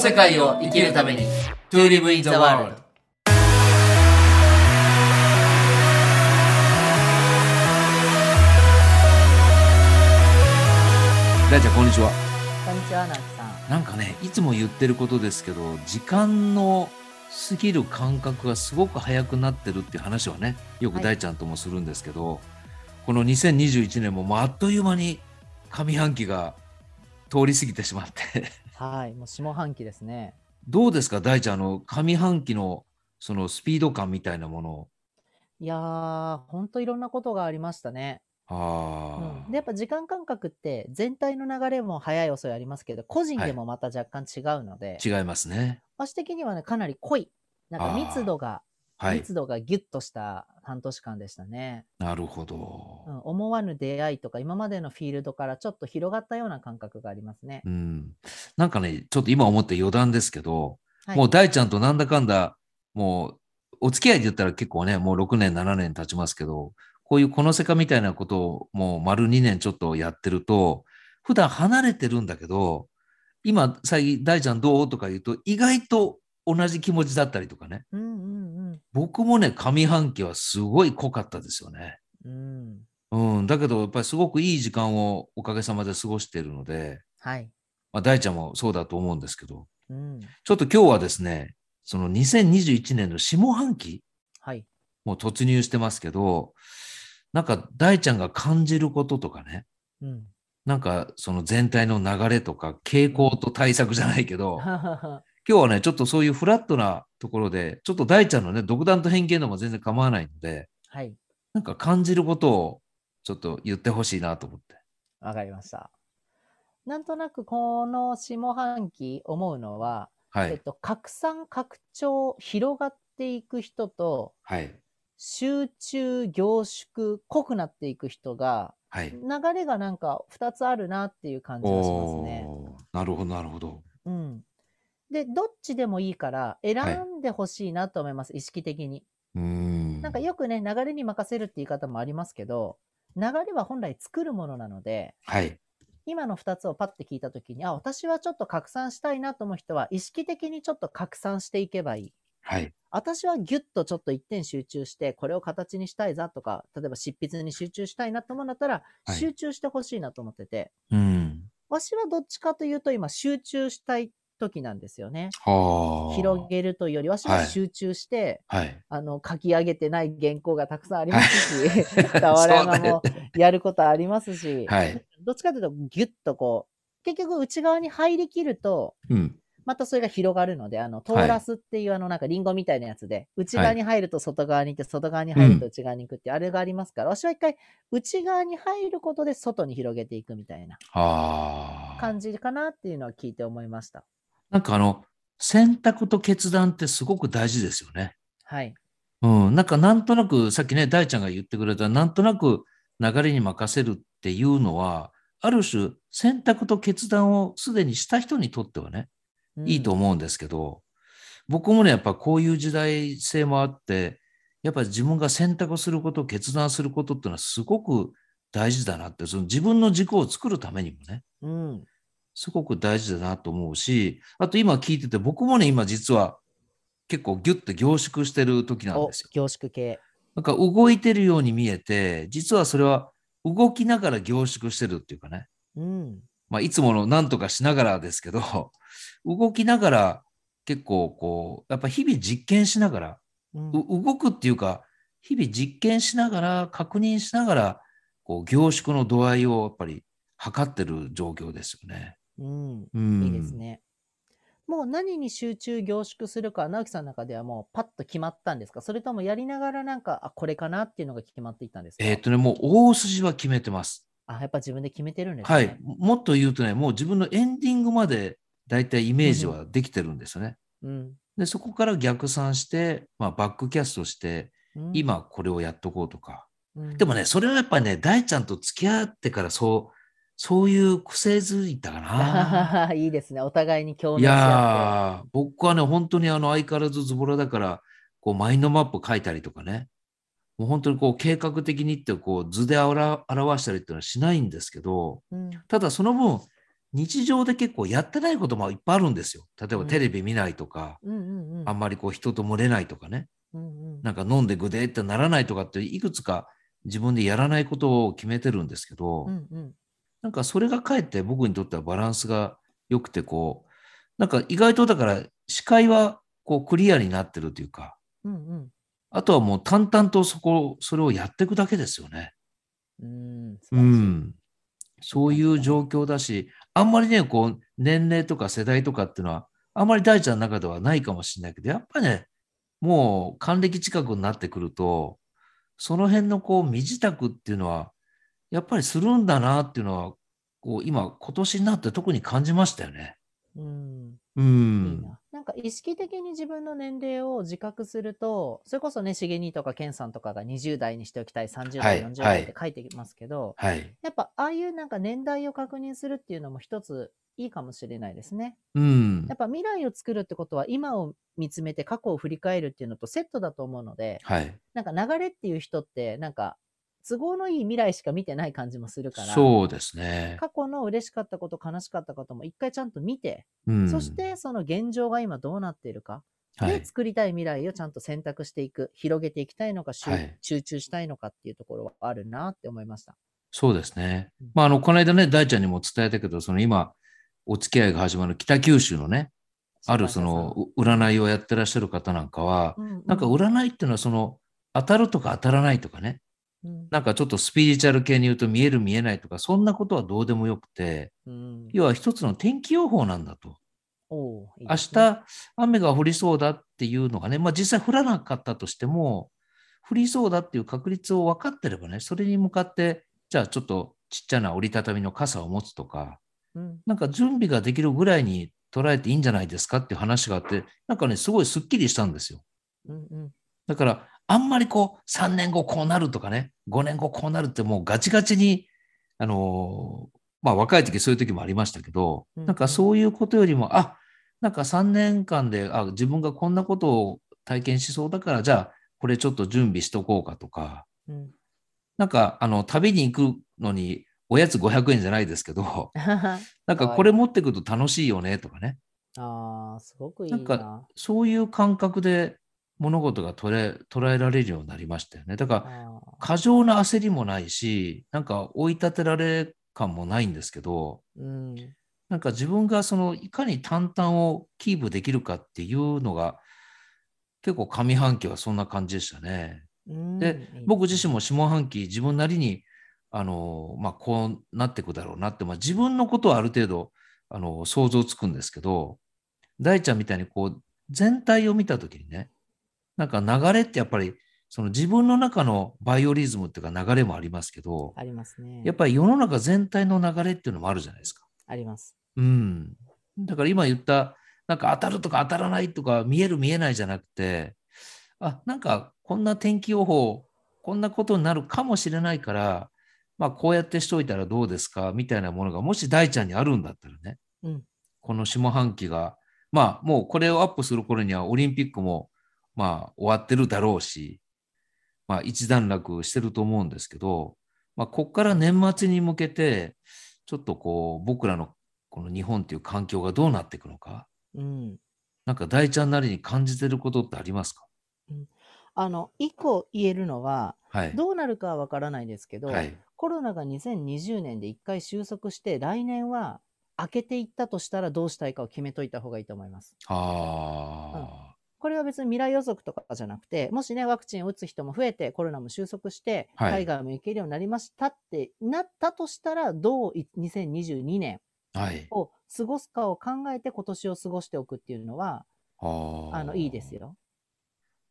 世界を生きるために To live in the world 大ちゃんこんにちはこんにちは、なつさん。なんかねいつも言ってることですけど時間の過ぎる感覚がすごく早くなってるっていう話はねよくはい大ちゃんともするんですけど、この2021年ももうあっという間に上半期が通り過ぎてしまってはい、もう下半期ですね。どうですか、大ちゃん、あの上半期のそのスピード感みたいなものいやー、ほんといろんなことがありましたね。うあん、で、やっぱ時間感覚って全体の流れも早い遅いありますけど、個人でもまた若干違うので、あ、違いますね。私的にはね、かなり濃い。なんあかー密度が、はい、密度がギュッとした半年間でしたね、なるほどう。ん。思わぬ出会いとか、今までのフィールドからちょっと広がったような感覚がありますねう。ん、なんかね、ちょっと今思って余談ですけど、はい、もう大ちゃんとなんだかんだ、もうお付き合いで言ったら結構ね、もう6年、7年経ちますけど、こういうこの世界みたいなことをもう丸2年ちょっとやってると、普段離れてるんだけど、今、最近、大ちゃんどうとか言うと、意外と同じ気持ちだったりとかね。うんうん僕もね、上半期はすごい濃かったですよね。うん。うん。うん、だけど、やっぱりすごくいい時間をおかげさまで過ごしているので、はい。まあ、大ちゃんもそうだと思うんですけど、うん。ちょっと今日はですね、その2021年の下半期、はい。もう突入してますけど、なんか大ちゃんが感じることとかね、うん。なんかその全体の流れとか傾向と対策じゃないけど、 は今日はね、ちょっとそういうフラットなところで、ちょっと大ちゃんのね、独断と偏見でも全然構わないので、い。なんか感じることをちょっと言ってほしいなと思って。わかりました。なんとなくこの下半期思うのは、はえっい。と、拡散、拡張、広がっていく人と、はい。集中、凝縮、濃くなっていく人が、はい。流れがなんか2つあるなっていう感じがしますね。おーなるほど、なるほど。うん。で、どっちでもいいからい選んでほしいなと思います、意識的に。うーん。なんかよくね、流れに任せるって言い方もありますけど、流れは本来作るものなので、はい。今の2つをパッて聞いたときに、あ、私はちょっと拡散したいなと思う人は、意識的にちょっと拡散していけばいい。はい。私はギュッとちょっと一点集中して、これを形にしたいざとか、例えば執筆に集中したいなと思うんだったら、はい集中してほしいなと思ってて、うん。わしはどっちかというと今集中したい時なんですよね。はあ。広げるというより、わしははい集中して、はい。あの、書き上げてない原稿がたくさんありますし、そう俵山ねも やることありますし、はい。どっちかというと、ギュッとこう、結局内側に入りきると、うん。またそれが広がるので、あの、トはいーラスっていう、あの、なんかリンゴみたいなやつで、内側に入ると外側に行って、外側に入ると内側に行くって、あれがありますから、私は一回、内側に入ることで外に広げていくみたいなはあ。感じかなっていうのは聞いて思いました。なんかあの、選択と決断ってすごく大事ですよね。はい。うん。なんかなんとなく、さっきね、大ちゃんが言ってくれた、なんとなく流れに任せるっていうのは、ある種、選択と決断をすでにした人にとってはね、うんいいと思うんですけど、僕もね、やっぱこういう時代性もあって、やっぱり自分が選択すること、決断することっていうのはすごく大事だなって、その自分の軸を作るためにもね、うん。すごく大事だなと思うし、あと今聞いてて、僕もね、今実は結構ギュッと凝縮してる時なんおですよ。、凝縮系。なんか動いてるように見えて、実はそれは動きながら凝縮してるっていうかね、うん。まあ、いつものなんとかしながらですけど、 動きながら結構こう、やっぱ日々実験しながら、うんう動くっていうか、日々実験しながら、確認しながら、こう凝縮の度合いをやっぱり測ってる状況ですよね。うん。うん、いいです。ね。もう何に集中凝縮するか、直樹さんの中ではもうパッと決まったんですかそれともやりながらなんか、あ、これかなっていうのが決まっていったんですかえーっとね、もう大筋は決めてます。あ、やっぱ自分で決めてるんですね。はい。もっと言うとね、もう自分のエンディングまで大体イメージはできてるんですよね。うん。で、そこから逆算して、まあ、バックキャストして、うん、今これをやっとこうとか、うん、 でもね、それはやっぱね、大ちゃんと付き合ってからそう、そういう癖づいたか な。いいですね。お互いに共い鳴し合って。やー、僕はね、本当にあの相変わらずズボラだから、こうマインドマップ書いたりとかね、もう本当にこう計画的にってこう図で表表したりっていうのはしないんですけど、うんただその分、日常で結構やってないこともいっぱいあるんですよ。例えうばんテレビ見ないとか、うんうんうん。あんまりこう人と群れないとかね、うんうんなんか飲んでぐでーってならないとかっていくつか自分でやらないことを決めてるんですけど、うんうんなんかそれがかえって僕にとってはバランスが良くてこう、なんか意外とだから視界はこうクリアになってるというか、うんうんあとはもう淡々とそこ、それをやっていくだけですよね。うん素晴うらしいん、そういう状況だし、あんまりね、こう、年齢とか世代とかっていうのは、あんまり大ちゃんの中ではないかもしれないけど、やっぱね、もう還暦近くになってくると、その辺のこう、身支度っていうのは、やっぱりするんだなっていうのは、こう、今、今年になって特に感じましたよね。うんういいん。ななんか意識的に自分の年齢を自覚すると、それこそね、しげにとかけんさんとかが20代にしておきたい、30は代、い40は代いって書いてますけど、はい。やっぱああいうなんか年代を確認するっていうのも一ついいかもしれないですね。うんやっ。ぱ未来を作るってことは今を見つめて過去を振り返るっていうのとセットだと思うので、はい。なんか流れっていう人ってなんか都合のいい未来しか見てない感じもするから、そうですね。過去の嬉しかったこと、悲しかったことも一回ちゃんと見て、うん。そし、てその現状が今どうなっているか、はでい。作りたい未来をちゃんと選択していく、広げていきたいのか、集はい集中したいのかっていうところはあるなって思いました。そうですねうん。まあ、あの、この間ね、大ちゃんにも伝えたけど、その今、お付き合いが始まる北九州のね、あるそのう占いをやってらっしゃる方なんかは、う、なんか占いっていうのはその当たるとか当たらないとかね、うんなんかちょっとスピリチュアル系に言うと見える見えないとか、そんなことはどうでもよくて、うん要は一つの天気予報なんだと。おういいで明すね日雨が降りそうだっていうのがね、まあ実際降らなかったとしても、降りそうだっていう確率を分かってればね、それに向かって、じゃあちょっとちっちゃな折りたたみの傘を持つとか、うんなんか準備ができるぐらいに捉えていいんじゃないですかっていう話があって、なんかね、すごいすっきりしたんですよ。うんうんだから、あんまりこう、3年後こうなるとかね、5年後こうなるってもうガチガチに、あのーまあ若い時そういう時もありましたけど、うんなんかそういうことよりも、あ、なんか3年間で、あ、自分がこんなことを体験しそうだから、じゃあこれちょっと準備しとこうかとか、うん、 なんかあの、旅に行くのに、おやつ500円じゃないですけど、 あなんかこれ持ってくると楽しいよねとかね、あ、すごくいいな。なんかそういう感覚で物事が捉え捉えられるようになりましたよね。だから、あー過剰な焦りもないし、なんか追い立てられ感もないんですけど、うん、なんか自分がそのいかに淡々をキープできるかっていうのが、結構上半期はそんな感じでしたね。うんでいいすね僕自身も下半期自分なりに、あの、まあ、こうなってくだろうなって、まあ、自分のことはある程度、あの、想像つくんですけど、大ちゃんみたいにこう、全体を見たときにね、なんか流れってやっぱり、その自分の中のバイオリズムっていうか流れもありますけど、ありますね。やっぱり世の中全体の流れっていうのもあるじゃないですか。あります。うん。だから今言った、なんか当たるとか当たらないとか、見える見えないじゃなくて、あ、なんかこんな天気予報、こんなことになるかもしれないから、まあこうやってしといたらどうですかみたいなものが、もし大ちゃんにあるんだったらね、うんこの下半期が、まあもうこれをアップする頃にはオリンピックもまあ終わってるだろうし、まあ一段落してると思うんですけど、まあこっから年末に向けて、ちょっとこう僕らのこの日本っていう環境がどうなっていくのか、うん。なんか大ちゃんなりに感じてることってありますかあの、一個言えるのは、はい。どうなるかはわからないですけど、はい。コロナが2020年で一回収束して、来年は開けていったとしたらどうしたいかを決めといた方がいいと思います。あこれは別に未来予測とかじゃなくて、もしね、ワクチンを打つ人も増えて、コロナも収束して、はい海外も行けるようになりましたってなったとしたら、どうい2022年あ。はい。を過ごすかを考えて、今年を過ごしておくっていうのは、あーあの、いいです。よ。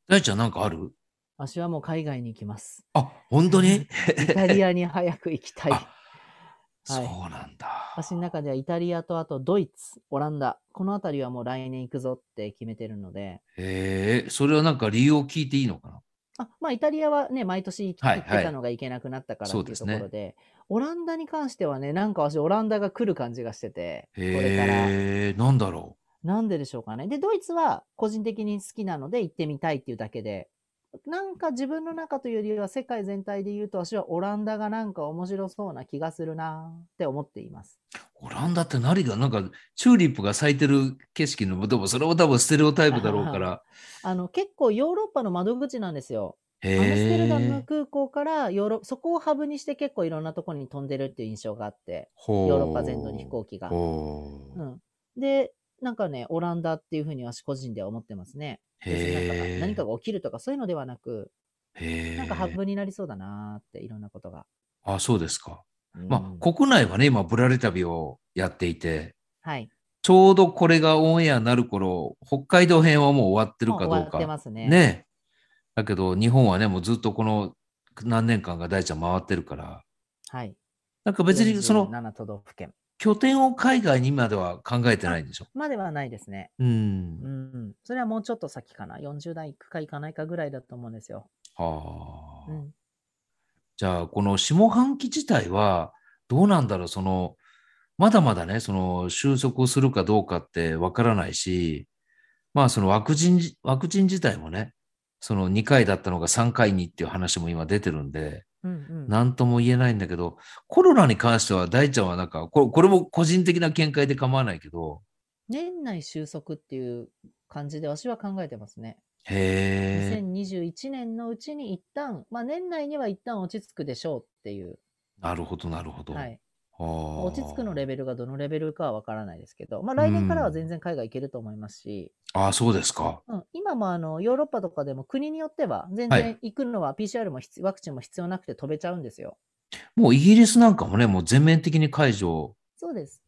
大ちゃんなんかある私はもう海外に行きます。あ、本当にイタリアに早く行きたい。あそうなんだ。私の中ではイタリアとあとドイツ、オランダ、この辺りはもう来年行くぞって決めてるので、へえ、それはなんか理由を聞いていいのかなあまあイタリアはね、毎年行きは行いってはたいのが行けなくなったからってそいううとですこねろで、オランダに関してはね、なんか私オランダが来る感じがしてて、これから。へえ、なんだろなんででしょうかね。で、ドイツは個人的に好きなので行ってみたいっていうだけで、なんか自分の中というよりは世界全体で言うと、私はオランダがなんか面白そうな気がするなって思っています。オランダって何が、なんかチューリップが咲いてる景色の、でもそれも多分ステレオタイプだろうから。 あの、結構ヨーロッパの窓口なんですよ。へアムステルダムえ。空港からヨーロそこをハブにして結構いろんなところに飛んでるっていう印象があって、ヨヨーロッパ全土に飛行機が。ほう、うんで、なんかね、オランダっていうふうに私個人では思ってますね。別になんかへえ。何かが起きるとかそういうのではなく、へえ。なんかハブになりそうだなーっていろんなことが。あ、そうですか。うまんあ、国内はね、今、ぶられ旅をやっていて、はい。ちょうどこれがオンエアになる頃、北海道編はもう終わってるかもうどう終わってか。ますね。ね。だけど、日本はね、もうずっとこの何年間が大ちゃん回ってるから、はい。なんか別にその7都道府県拠点を海外にまでは考えてないんでしょ。まではないですね。うんう。ん。それはもうちょっと先かな。40代行くか行かないかぐらいだと思うんですよ。はあ、うん。じゃあ、この下半期自体は、どうなんだろう、その、まだまだね、その、収束するかどうかってわからないし、まあ、そのワクチン、ワクチン自体もね、その2回だったのが3回にっていう話も今出てるんで、うんうん。なんとも言えないんだけど、コロナに関しては大ちゃんはなんか、これこれも個人的な見解で構わないけど、年内収束っていう感じで私は考えてますね。へえ、 2021年のうちに一旦、まあ年内には一旦落ち着くでしょうっていう。なるほど、なるほど。はい。あー落ち着くのレベルがどのレベルかはわからないですけど、まあ来年からうはん全然海外行けると思いますし、ああ、そうですか。うん、今もあのヨーロッパとかでも国によっては全は然行くのは PCR も必ワクチンも必要なくて飛べちゃうんですよ。もうイギリスなんかもね、もう全面的に解除そうです。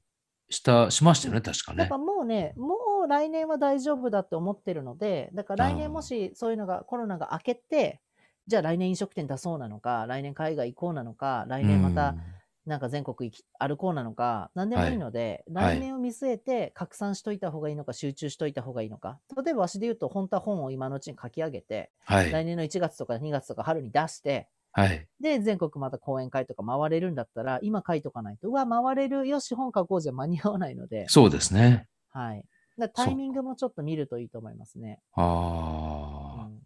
した、しましたよね、確かやっねぱ。もうね、もう来年は大丈夫だって思ってるので、だから来あー年もしそういうのが、コロナが明けて、じゃあ来年飲食店出そうなのか、来年海外行こうなのか、来年またなんか全国行き歩こうなのか、何でもいいので、はい来年を見据えて拡散しといた方がいいのか、集中しといた方がいいのか。例えば私で言うと、本当は本を今のうちに書き上げて、うんはい。来年の1月とか2月とか春に出して、はい。で、全国また講演会とか回れるんだったら、今書いとかないと、うわ、回れる、よし、本書こうじゃ間に合わないので、そうですね。はい。だからタイミングもちょっと見るといいと思いますね。うああ。ん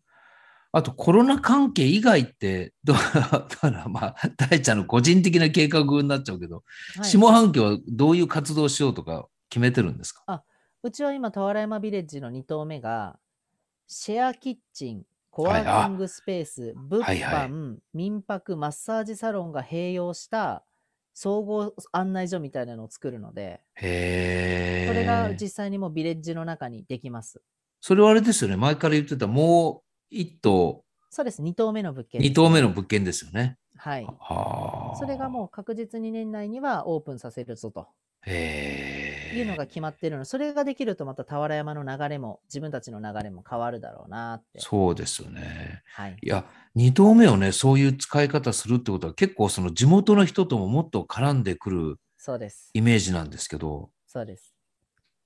あと、コロナ関係以外って、どう だから、まあ、大ちゃんの個人的な計画になっちゃうけど、はい下半期はどういう活動をしようとか決めてるんですかうちは今、俵山ビレッジの2棟目が、シェアキッチン、コワーキングスペース、物販、はいはい民泊、マッサージサロンが併用した総合案内所みたいなのを作るので、へえ。それが実際にもうビレッジの中にできます。それはあれですよね。前から言ってた、もう一棟、そうです、2棟目の物件です。二棟目の物件ですよね。はい。はあ。それがもう確実に年内にはオープンさせるぞとう、へえ。いうのが決まってるの。それができるとまた俵山の流れも、自分たちの流れも変わるだろうなって。そうですよね。はい。いや、2度目をね、そういう使い方するってことは、結構その地元の人とももっと絡んでくるそうです。イメージなんですけど、そうです。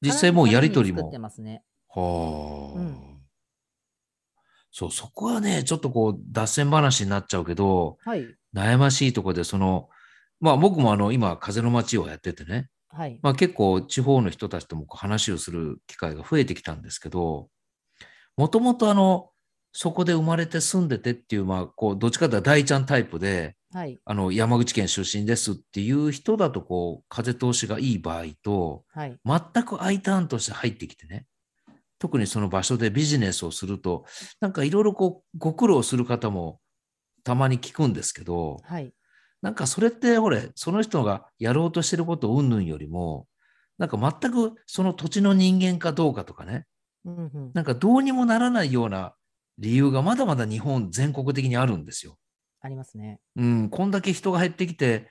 実際もうやりとり作もって。ますね。はあ、うんそう、そこはね、ちょっとこう、脱線話になっちゃうけど、はい。悩ましいところで、その、まあ僕もあの、今、風の街をやっててね、はい。まあ結構地方の人たちともこう話をする機会が増えてきたんですけど、もともとあの、そこで生まれて住んでてっていう、まあこう、どっちかというと大ちゃんタイプで、はい。あの、山口県出身ですっていう人だとこう、風通しがいい場合と、はい。全く I ターンとして入ってきてね、特にその場所でビジネスをすると、なんかいろいろこう、ご苦労する方もたまに聞くんですけど、はい。なんかそれって、ほれ、その人がやろうとしてること云々よりも、なんか全くその土地の人間かどうかとかね、うんうんなんかどうにもならないような理由がまだまだ日本全国的にあるんですよ。ありますね。うん、こんだけ人が減ってきて、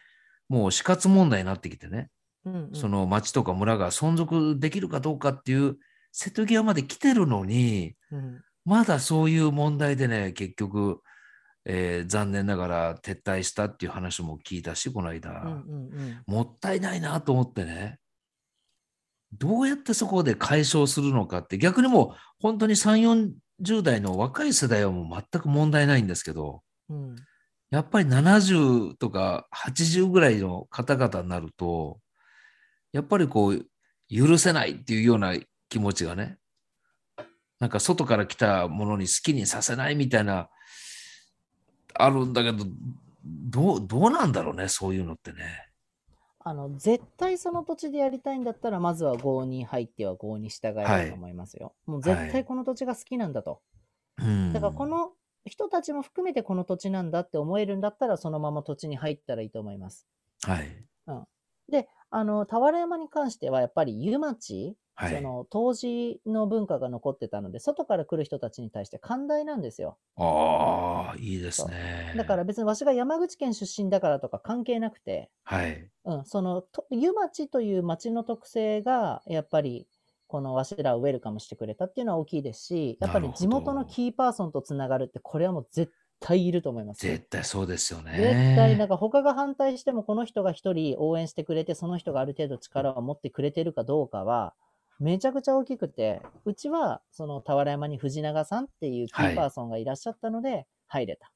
もう死活問題になってきてね、うんうんその町とか村が存続できるかどうかっていう瀬戸際まで来てるのに、うんまだそういう問題でね、結局、えー残念ながら撤退したっていう話も聞いたし、この間。うんうんうんもったいないなと思ってね、どうやってそこで解消するのかって、逆にもう本当に3、40代の若い世代はもう全く問題ないんですけど、うんやっぱり70とか80ぐらいの方々になると、やっぱりこう、許せないっていうような気持ちがね、なんか外から来たものに好きにさせないみたいな、あるんだけど、どう、どうなんだろうね、そういうのってね。あの、絶対その土地でやりたいんだったら、まずは郷に入っては郷に従えはたいと思いますよ。もうはい絶対この土地が好きなんだと。うん。だからこの人たちも含めてこの土地なんだって思えるんだったら、そのまま土地に入ったらいいと思います。はい。で、あの、俵山に関しては、やっぱり湯町、はそい。の、当時の文化が残ってたので、外から来る人たちに対して寛大なんですよ。ああ、いいですね。だから、別にわしが山口県出身だからとか関係なくて、はい。うん、その、と湯町という町の特性が、やっぱり、このわしらをウェルカムしてくれたっていうのは大きいですし、やっぱなりるほど地元のキーパーソンとつながるって、これはもう絶対いると思います。絶対そうですよね。絶対、なんか他が反対しても、この人が一人応援してくれて、その人がある程度力を持ってくれてるかどうかは、めちゃくちゃ大きくて、うちは、その俵山に藤永さんっていうキはいーパーソンがいらっしゃったので、入れた。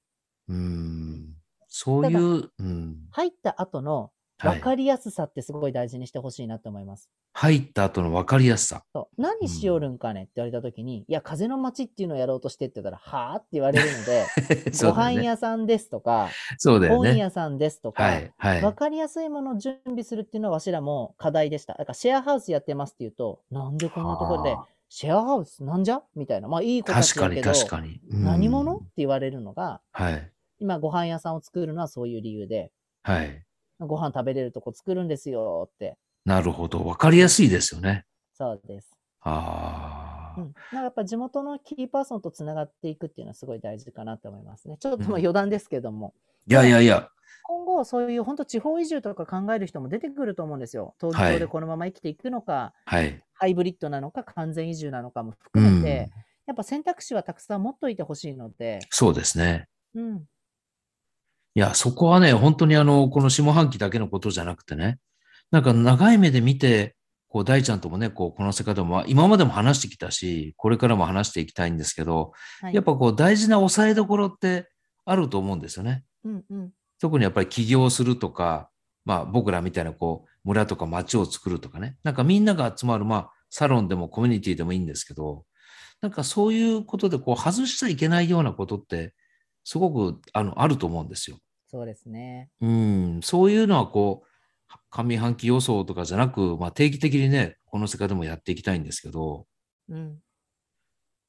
うん。そういう、うん。入った後のは分い。かりやすさってすごい大事にしてほしいなと思います。入った後の分かりやす さ。そう何しよるんかねって言われた時に、いや、風の街っていうのをやろうとしてって言ったら、はあって言われるので、 そごうだ飯よね。屋さんですとか、そうだよ本ね。屋さんですとか、はい。はい。分かりやすいものを準備するっていうのはわしらも課題でした。だからシェアハウスやってますって言うと、なんでこんなところではあ、シェアハウスなんじゃみたいな。まあいい子た確ちかだけにど、確かに。うん何者って言われるのが、はい。今ご飯屋さんを作るのはそういう理由で、はい。ご飯食べれるとこ作るんですよって。なるほど。分かりやすいですよね。そうです。あうん。あ。なんかやっぱ地元のキーパーソンとつながっていくっていうのはすごい大事かなと思いますね。ちょっとまあうん余談ですけども、いやいやいや。今後そういう本当地方移住とか考える人も出てくると思うんですよ。東京でこのまま生きていくのか、はい。ハイブリッドなのか完全移住なのかも含めて、やっぱ選択肢はたくさん持っといてほしいので、そうですね。うん、いや、そこはね、本当にあの、この下半期だけのことじゃなくてね、なんか長い目で見て、こう、大ちゃんともね、こう、この世界でも、まあ今までも話してきたし、これからも話していきたいんですけど、はいやっぱこう、大事な抑えどころってあると思うんですよね。うんうん、特にやっぱり起業するとか、まあ僕らみたいなこう村とか町を作るとかね、なんかみんなが集まるまあサロンでもコミュニティでもいいんですけど、なんかそういうことでこう外しちゃいけないようなことってすごくあのあると思うんですよ。そうですね。うん、そういうのはこう上半期予想とかじゃなく、まあ定期的にね、この世界でもやっていきたいんですけど、 うん、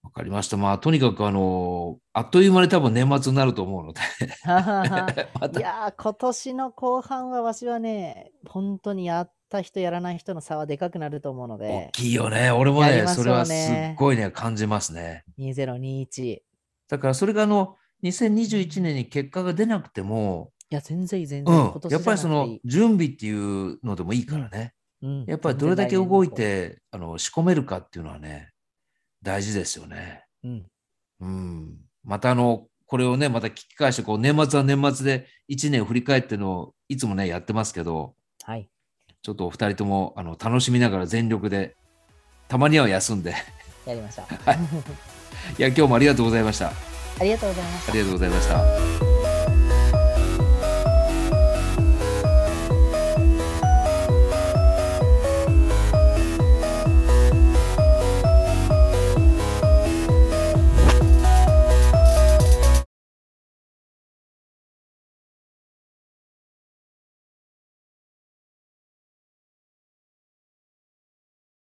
わかりました。まあとにかくあの、あっという間に多分年末になると思うので、ははは まいたやー、今年の後半はわしはね、本当にやった人やらない人の差はでかくなると思うの大で、きいよね。俺もやりね、ましょそうねれはすっごいね、感じますね。 2021。いだからそれがあの、2021年に結果が出なくても、や、全然いい、全う然いい。ん今、年やっぱりそじゃなのくていい準備っていうのでもいいからね、うんやっぱりどれだけ動い、てあの仕込めるかっていうのはね、大事ですよね。全然来年以降うん。またあの、これをね、また聞き返して、こう年末は年末で1年振り返ってのをいつもね、やってますけど、うん、はい。ちょっとお二人ともあの楽しみながら全力で、たまには休んで、い やりました。や、今日もありがとうございました。ありがとうございましたあ。りがとうございました。